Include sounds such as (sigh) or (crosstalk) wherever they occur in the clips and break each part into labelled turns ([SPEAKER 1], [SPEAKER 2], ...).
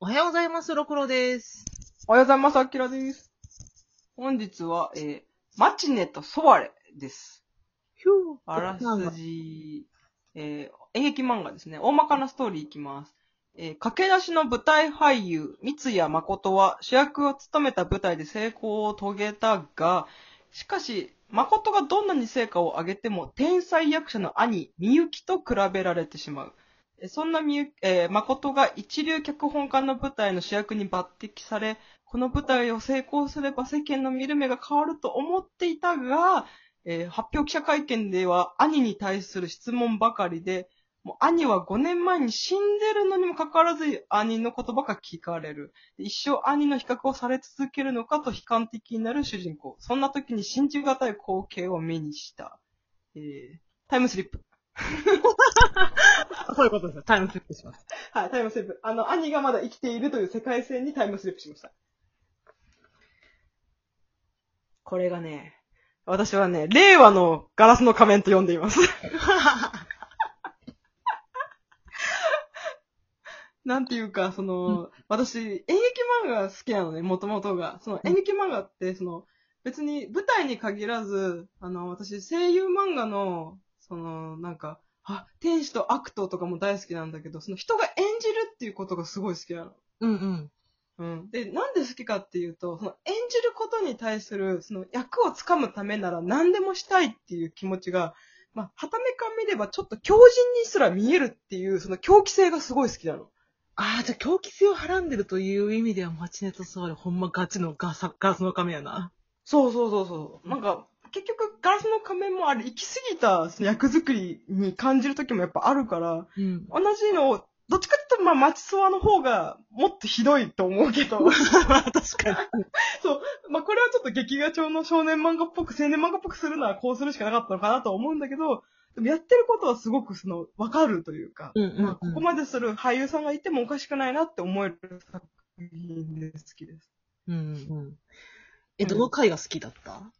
[SPEAKER 1] おはようございます、ろくろです。
[SPEAKER 2] おはようございます、あきらです。本日は、えー、マチネとソワレです。
[SPEAKER 1] ひゅー。
[SPEAKER 2] あらすじ、えー、演劇漫画ですね。大まかなストーリーいきます。えー、駆け出しの舞台俳優、三谷誠は主役を務めた舞台で成功を遂げたが、しかし、誠がどんなに成果を上げても、天才役者の兄、みゆきと比べられてしまう。えーそんなみゆき、えー、誠が一流脚本家の舞台の主役に抜擢され、この舞台を成功すれば世間の見る目が変わると思っていたが、えー発表記者会見では兄に対する質問ばかりで、もう兄は5年前に死んでるのにもかかわらず兄のことばかり聞かれる。で一生兄の比較をされ続けるのかと悲観的になる主人公。そんな時に信じがたい光景を目にした。えータイムスリップ。
[SPEAKER 1] そういうことですよ。タイムスリップします。
[SPEAKER 2] はい、タイムスリップ。あの、兄がまだ生きているという世界線にタイムスリップしました。これがね、私はね、令和のガラスの仮面と呼んでいます。 (laughs) なんていうか、その、私、演劇漫画好きなのね、もともとが。その演劇漫画って、その、別に舞台に限らず、あの、私、声優漫画の、その、なんか、あ、天使と悪党とかも大好きなんだけど、その人が演じるっていうことがすごい好きなの。
[SPEAKER 1] うんうん。
[SPEAKER 2] うん。で、なんで好きかっていうと、その演じることに対する、その役をつかむためなら何でもしたいっていう気持ちが、まあ、はためから見ればちょっと狂人にすら見えるっていう、その狂気性がすごい好きなの。
[SPEAKER 1] ああ、じゃあ狂気性をはらんでるという意味では、マチネとソワレ、ほんまガチのガサ、ガスの亀やな。
[SPEAKER 2] そうそうそうそう。なんか、結局、ガラスの仮面もあれ、行き過ぎたその役作りに感じる時もやっぱあるから、
[SPEAKER 1] うん。
[SPEAKER 2] 同じのを、どっちかっていうと、まあ、マチソワの方が、もっとひどいと思うけど。
[SPEAKER 1] (laughs) 確かに。
[SPEAKER 2] まあ、これはちょっと劇画調の少年漫画っぽく、青年漫画っぽくするならこうするしかなかったのかなとは思うんだけど、でもやってることはすごくその、わかるというか、
[SPEAKER 1] うん
[SPEAKER 2] まあここまでする俳優さんがいてもおかしくないなって思える作品で好きです。
[SPEAKER 1] うんうん。え、どの回が好きだった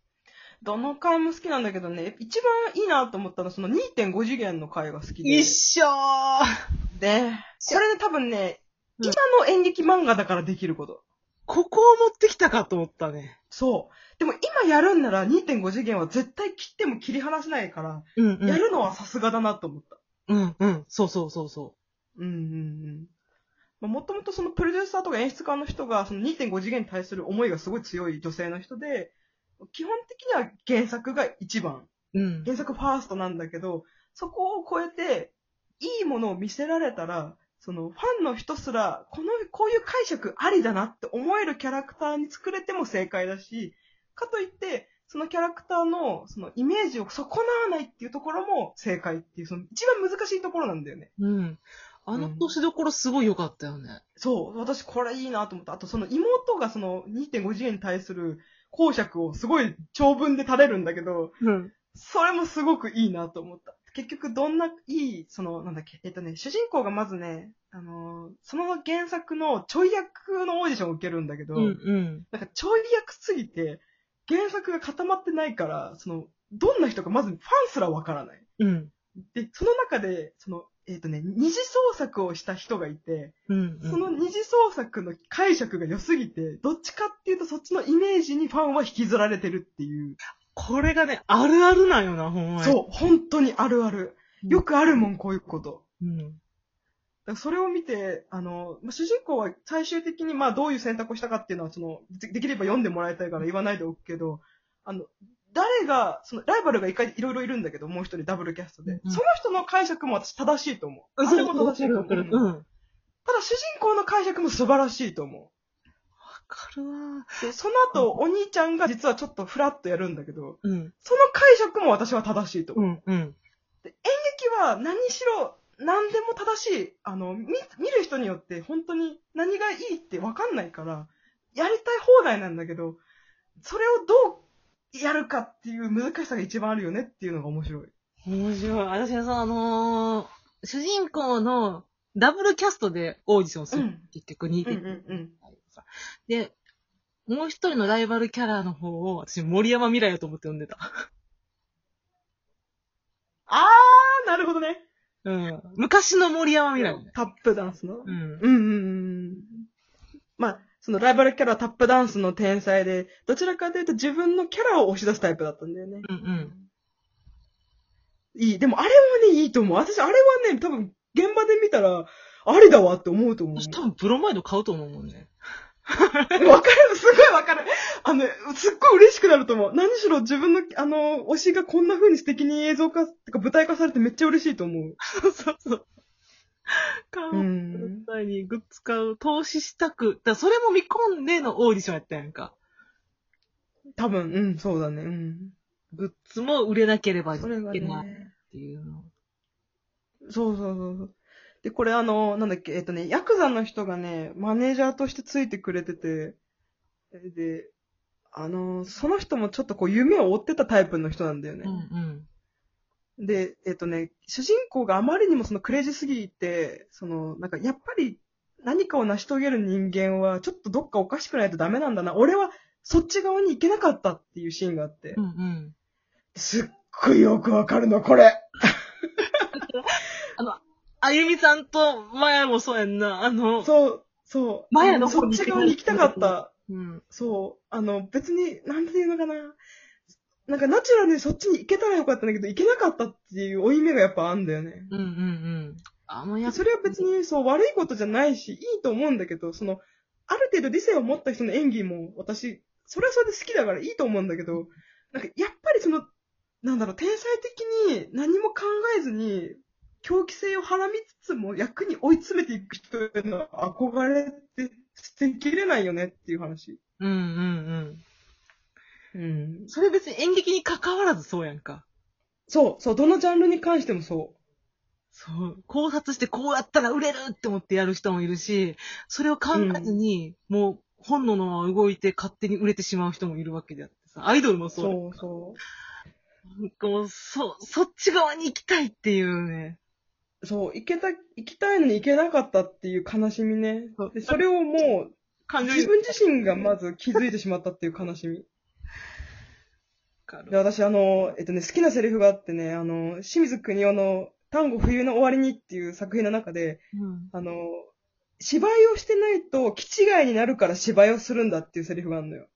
[SPEAKER 2] どの回も好きなんだけどね、一番いいなと思ったのはその2.5次元の回が好きで。
[SPEAKER 1] 緒ー
[SPEAKER 2] で、これね多分ね、
[SPEAKER 1] うん
[SPEAKER 2] 今の演劇漫画だからできること。
[SPEAKER 1] ここを持ってきたかと思ったね。
[SPEAKER 2] そう。でも今やるんなら2.5次元は絶対切っても切り離せないから、
[SPEAKER 1] うんう
[SPEAKER 2] やるのはさすがだなと思った。
[SPEAKER 1] うんうん。そうそうそうそ
[SPEAKER 2] うんうんうんまあ。もともとそのプロデューサーとか演出家の人がその2.5次元に対する思いがすごい強い女性の人で、基本的には原作が一番、
[SPEAKER 1] う。うん。
[SPEAKER 2] 原作ファーストなんだけど、そこを超えて、いいものを見せられたら、そのファンの人すら、この、こういう解釈ありだなって思えるキャラクターに作れても正解だし、かといって、そのキャラクターの、そのイメージを損なわないっていうところも正解っていう、その一番難しいところなんだよね。
[SPEAKER 1] うん。あの年どころすごい良かったよね。
[SPEAKER 2] そう、私これいいなと思った。あとその妹がその2.5次元に対する公爵をすごい長文で垂れるんだけど、
[SPEAKER 1] うん。
[SPEAKER 2] それもすごくいいなと思った。結局どんないい、その、なんだっけ、えっとね、主人公がまずね、あのーその原作のちょい役のオーディションを受けるんだけど、
[SPEAKER 1] うんうん。
[SPEAKER 2] なんかちょい役すぎて、原作が固まってないから、その、どんな人かまずファンすらわからない。
[SPEAKER 1] うん。
[SPEAKER 2] で、その中で、その、えっ、とね、二次創作をした人がいて、
[SPEAKER 1] うん、
[SPEAKER 2] その二次創作の解釈が良すぎて、どっちかっていうとそっちのイメージにファンは引きずられてるっていう。
[SPEAKER 1] これがね、あるあるなんよな、ほんまに。
[SPEAKER 2] そう、本当にあるある。
[SPEAKER 1] うん
[SPEAKER 2] よくあるもん、こういうこと。
[SPEAKER 1] うん。
[SPEAKER 2] だからそれを見て、あの、まあ主人公は最終的にまあどういう選択をしたかっていうのは、その、でできれば読んでもらいたいから言わないでおくけど、あの、誰が、その、ライバルが一回いろいろいるんだけど、もう一人ダブルキャストで。
[SPEAKER 1] うん
[SPEAKER 2] その人の解釈も私正しいと思う。あ
[SPEAKER 1] そ
[SPEAKER 2] れも
[SPEAKER 1] う、わ
[SPEAKER 2] 正し
[SPEAKER 1] か
[SPEAKER 2] い
[SPEAKER 1] る
[SPEAKER 2] と
[SPEAKER 1] わ
[SPEAKER 2] 思う。
[SPEAKER 1] かる。
[SPEAKER 2] う
[SPEAKER 1] うんん。わ
[SPEAKER 2] ただ主人公の解釈も素晴らしいと思う。
[SPEAKER 1] かるわ。
[SPEAKER 2] で、その後、お兄ちゃんが実はちょっとフラッとやるんだけど、
[SPEAKER 1] うん。
[SPEAKER 2] その解釈も私は正しいと思う。
[SPEAKER 1] うん、うん。
[SPEAKER 2] 劇は何しろ、何でも正しい。あの、見、見る人によって本当に何がいいってわかんないから、やりたい放題なんだけど、それをどうやるかっていう難しさが一番あるよねっていうのが面白い。
[SPEAKER 1] 面白い。私はさ、あのー、主人公のダブルキャストでオーディションする。
[SPEAKER 2] うん
[SPEAKER 1] 結局2
[SPEAKER 2] うん
[SPEAKER 1] 点、
[SPEAKER 2] うんうん。
[SPEAKER 1] で、もう一人のライバルキャラの方を、私、森山未来やと思って呼んでた。
[SPEAKER 2] あー、なるほどね。
[SPEAKER 1] うん。昔の森山未来、ね。
[SPEAKER 2] タップダンスの。
[SPEAKER 1] うん。
[SPEAKER 2] うんうんうん。まあ、そのライバルキャラタップダンスの天才で、どちらかというと自分のキャラを押し出すタイプだったんだよね。
[SPEAKER 1] うんうん。
[SPEAKER 2] いい。でもあれはね、いいと思う。私、あれはね、多分、現場で見たら、ありだわって思うと思う。
[SPEAKER 1] 私多分ブロマイド買うと思うもんね。
[SPEAKER 2] (laughs)
[SPEAKER 1] (laughs)
[SPEAKER 2] わかる、すごいわかる。あの、すっごい嬉しくなると思う。何しろ自分の、あの、推しがこんな風に素敵に映像化、てか舞台化されてめっちゃ嬉しいと思う。
[SPEAKER 1] そうそうそう。買う。
[SPEAKER 2] ん。
[SPEAKER 1] 絶対にグッズ買う。投資したく。だからそれも見込んでのオーディションやったやんか。
[SPEAKER 2] 多分、うん、そうだね。うん。
[SPEAKER 1] グッズも売れなければい
[SPEAKER 2] それが
[SPEAKER 1] けないっ
[SPEAKER 2] ね。
[SPEAKER 1] ていうの。
[SPEAKER 2] そうそうそうそう。で、これあの、なんだっけ、えっとね、ヤクザの人がね、マネージャーとしてついてくれてて、で、あの、その人もちょっとこう夢を追ってたタイプの人なんだよね。
[SPEAKER 1] うんうん。
[SPEAKER 2] で、えっとね、主人公があまりにもそのクレイジーすぎて、その、なんかやっぱり何かを成し遂げる人間はちょっとどっかおかしくないとダメなんだな。俺はそっち側に行けなかったっていうシーンがあって
[SPEAKER 1] うん。うん。
[SPEAKER 2] すっごいよくわかるの、これ。
[SPEAKER 1] あゆみさんとまやもそうやんな。あの、
[SPEAKER 2] そう、そう。
[SPEAKER 1] 前の方
[SPEAKER 2] そっ
[SPEAKER 1] に行け
[SPEAKER 2] ち
[SPEAKER 1] ない
[SPEAKER 2] 側に行きたかった。
[SPEAKER 1] うん。
[SPEAKER 2] そう。あの、別に、なんていうのかな。なんかナチュラルにそっちに行けたらよかったんだけど、行けなかったっていう負い目がやっぱあんだよね。
[SPEAKER 1] うんうんうん。あのや
[SPEAKER 2] それは別にそう悪いことじゃないし、いいと思うんだけど、その、ある程度理性を持った人の演技も私、それはそれで好きだからいいと思うんだけど、なんかやっぱりその、なんだろう、天才的に何も考えずに、狂気性をはらみつつも役に追い詰めていく人への憧れって捨てきれないよねっていう話。
[SPEAKER 1] うんうんうん。
[SPEAKER 2] うん。
[SPEAKER 1] それ別に演劇に関わらずそうやんか。
[SPEAKER 2] そう、そう、どのジャンルに関してもそう。
[SPEAKER 1] そう。考察してこうやったら売れるって思ってやる人もいるし、それを考えずに、もう本能のまま動いて勝手に売れてしまう人もいるわけであってさ、アイドルもそう。
[SPEAKER 2] そうそう。
[SPEAKER 1] なんかもう、そ、そっち側に行きたいっていうね。
[SPEAKER 2] そう、行けた、行きたいのに行けなかったっていう悲しみね
[SPEAKER 1] そう。
[SPEAKER 2] でそれをもう、
[SPEAKER 1] 感情移
[SPEAKER 2] 自
[SPEAKER 1] 入
[SPEAKER 2] 分自身がまず気づいてしまったっていう悲しみ。
[SPEAKER 1] か
[SPEAKER 2] で、
[SPEAKER 1] る。
[SPEAKER 2] 私、あの、えっとね、好きなセリフがあってね、あの、清水邦夫の、単語冬の終わりにっていう作品の中で、
[SPEAKER 1] うん。
[SPEAKER 2] あの、芝居をしてないと、気違いになるから芝居をするんだっていうセリフがあるのよ。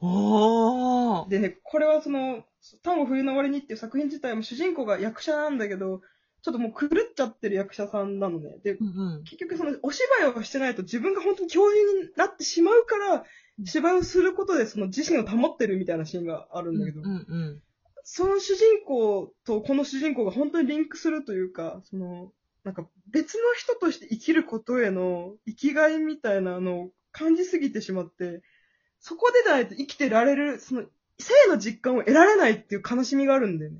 [SPEAKER 1] おー。
[SPEAKER 2] でね、これはその、単語冬の終わりにっていう作品自体も主人公が役者なんだけど、ちょっともう狂っちゃってる役者さんなのね。で、
[SPEAKER 1] うんうん。
[SPEAKER 2] 結局そのお芝居をしてないと自分が本当に教員になってしまうから、芝居をすることでその自身を保ってるみたいなシーンがあるんだけど、
[SPEAKER 1] うんうん。
[SPEAKER 2] その主人公とこの主人公が本当にリンクするというか、その、なんか別の人として生きることへの生きがいみたいなのを感じすぎてしまって、そこでないと生きてられる、その、生の実感を得られないっていう悲しみがあるんだよね。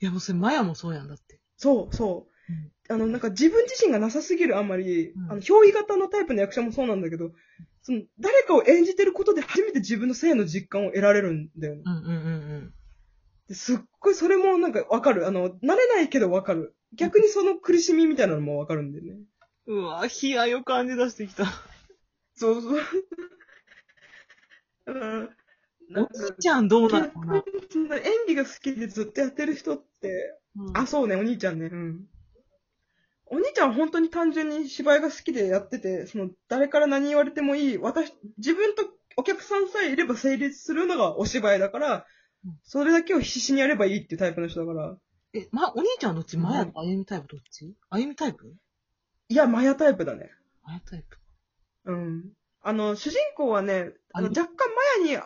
[SPEAKER 1] いやもうそれ、マヤもそうやんだって。
[SPEAKER 2] そう、そう。あの、なんか自分自身がなさすぎるあんまり、
[SPEAKER 1] うん
[SPEAKER 2] あの、憑依型のタイプの役者もそうなんだけど、その、誰かを演じてることで初めて自分の性の実感を得られるんだよね。
[SPEAKER 1] うんうんうん
[SPEAKER 2] ですっごいそれもなんかわかる。あの、慣れないけどわかる。逆にその苦しみみたいなのもわかるんだよね。
[SPEAKER 1] うん。うわ、悲哀を感じ出してきた。
[SPEAKER 2] そうそう。 (laughs) うん。
[SPEAKER 1] お兄ちゃんどうなのかな、
[SPEAKER 2] 逆にその演技が好きでずっとやってる人って、
[SPEAKER 1] うん
[SPEAKER 2] あ、そうね、お兄ちゃんね。うん。お兄ちゃんは本当に単純に芝居が好きでやってて、その、誰から何言われてもいい、私、自分とお客さんさえいれば成立するのがお芝居だから
[SPEAKER 1] うん、
[SPEAKER 2] それだけを必死にやればいいっていうタイプの人だから、
[SPEAKER 1] え、ま、お兄ちゃんはどっちマヤとあゆみタイプどっちあゆみタイプ
[SPEAKER 2] いや、マヤタイプだね。
[SPEAKER 1] マヤタイプ。
[SPEAKER 2] うん。あの、主人公はね、あの
[SPEAKER 1] あ
[SPEAKER 2] 若干マヤには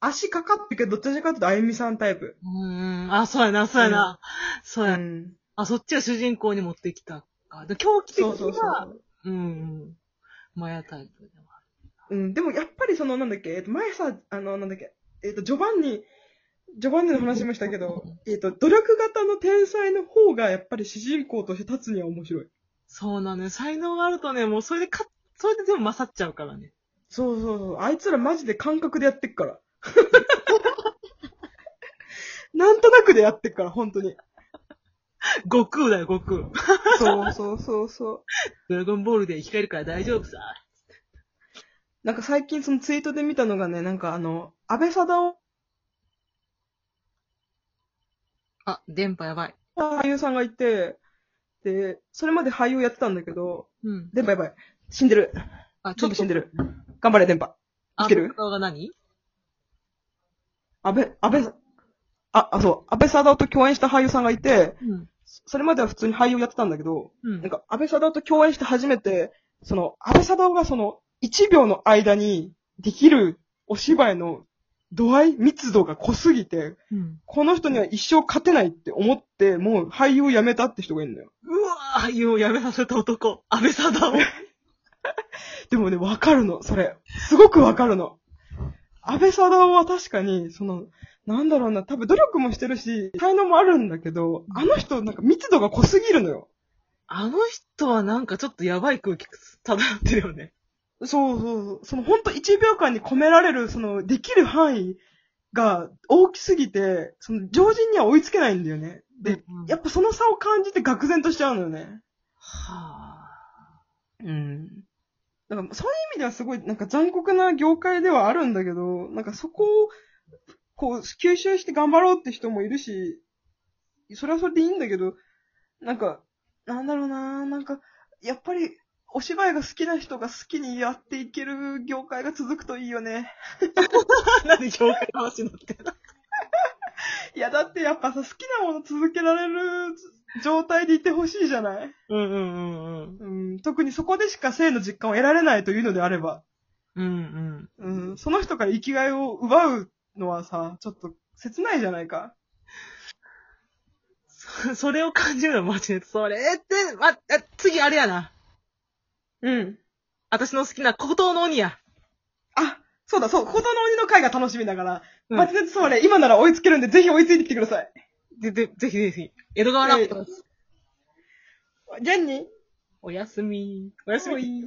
[SPEAKER 2] 足かかってるけど、どっちかっていうとあゆみさんタイプ。
[SPEAKER 1] うん。あ、そうやな、そうやな。そう
[SPEAKER 2] う
[SPEAKER 1] や。
[SPEAKER 2] ん。
[SPEAKER 1] あ、そっちが主人公に持ってきたか。で、狂気的に
[SPEAKER 2] そ
[SPEAKER 1] は、
[SPEAKER 2] うそうそ
[SPEAKER 1] う
[SPEAKER 2] う。
[SPEAKER 1] んうん。マヤタイプでもあ
[SPEAKER 2] うん、でもやっぱりその、なんだっけ、えっと、前さ、あの、なんだっけ、えっと、序盤に、序盤での話しましたけど、えっと、努力型の天才の方が、やっぱり主人公として立つには面白い。
[SPEAKER 1] そうなのよ。才能があるとね、もうそれでか、それで全部勝っちゃうからね。
[SPEAKER 2] そうそうそう。あいつらマジで感覚でやってっから。 (laughs) なんとなくでやってっから、本当に。
[SPEAKER 1] 悟空だよ、悟空。 (laughs)
[SPEAKER 2] そうそうそうそう。
[SPEAKER 1] ドラゴンボールで生き返るから大丈夫さ。
[SPEAKER 2] なんか最近そのツイートで見たのがね、なんかあの、安倍貞夫
[SPEAKER 1] あ、電波やばい。
[SPEAKER 2] 俳優さんがいて、で、それまで俳優やってたんだけど、
[SPEAKER 1] うん。
[SPEAKER 2] で、バイバイ。死んでる。
[SPEAKER 1] あ、
[SPEAKER 2] ちょっと死んでる。頑張れ、電波。
[SPEAKER 1] あ
[SPEAKER 2] 生きてる
[SPEAKER 1] の顔が何
[SPEAKER 2] 安倍、安倍さん、あ、あ、そう、安倍サダヲと共演した俳優さんがいて、
[SPEAKER 1] うん。
[SPEAKER 2] それまでは普通に俳優やってたんだけど、
[SPEAKER 1] う
[SPEAKER 2] なん。か安倍サダヲと共演して初めて、その、安倍サダヲがその、1秒の間にできるお芝居の度合い、密度が濃すぎて、
[SPEAKER 1] うん。
[SPEAKER 2] この人には一生勝てないって思って、もう俳優を辞めたって人がいるのよ。
[SPEAKER 1] うわぁ、俳優を辞めさせた男、安倍サ
[SPEAKER 2] (laughs)
[SPEAKER 1] ダを。
[SPEAKER 2] でもね、わかるの、それ。すごくわかるの。安倍サダヲは確かに、その、なんだろうな、多分努力もしてるし、才能もあるんだけど、あの人なんか密度が濃すぎるのよ。
[SPEAKER 1] あの人はなんかちょっとやばい空気漂ってるよね。
[SPEAKER 2] そうそうそう。そのほんと1秒間に込められる、その、できる範囲が大きすぎて、その、常人には追いつけないんだよね。で、
[SPEAKER 1] うん
[SPEAKER 2] やっぱその差を感じて愕然としちゃうのよね。
[SPEAKER 1] は
[SPEAKER 2] うん。だからそういう意味ではすごいなんか残酷な業界ではあるんだけど、なんかそこをこう吸収して頑張ろうって人もいるし、それはそれでいいんだけど、なんか、なんだろうななんか、やっぱりお芝居が好きな人が好きにやっていける業界が続くといいよね。 (laughs)
[SPEAKER 1] ぁ。なんで業界の話になってんの
[SPEAKER 2] いやだってやっぱさ、好きなもの続けられる状態でいてほしいじゃない
[SPEAKER 1] うんうんうんうん。
[SPEAKER 2] うん、特にそこでしか性の実感を得られないというのであれば。
[SPEAKER 1] うん
[SPEAKER 2] うん、その人から生きがいを奪うのはさ、ちょっと切ないじゃないか。
[SPEAKER 1] うん。そ (laughs) れを感じるのマジで。それって、ま、あ次あれやな。
[SPEAKER 2] うん。
[SPEAKER 1] 私の好きな孤島の鬼や。
[SPEAKER 2] あ、そうだ、そう、子供の鬼の会が楽しみだから、
[SPEAKER 1] うん
[SPEAKER 2] マジでそれ、今なら追いつけるんで、ぜひ追いついてきてください。
[SPEAKER 1] で、で、ぜひぜひ。江戸川乱歩です。
[SPEAKER 2] 現に、
[SPEAKER 1] おやすみ。おやすみ。
[SPEAKER 2] もういい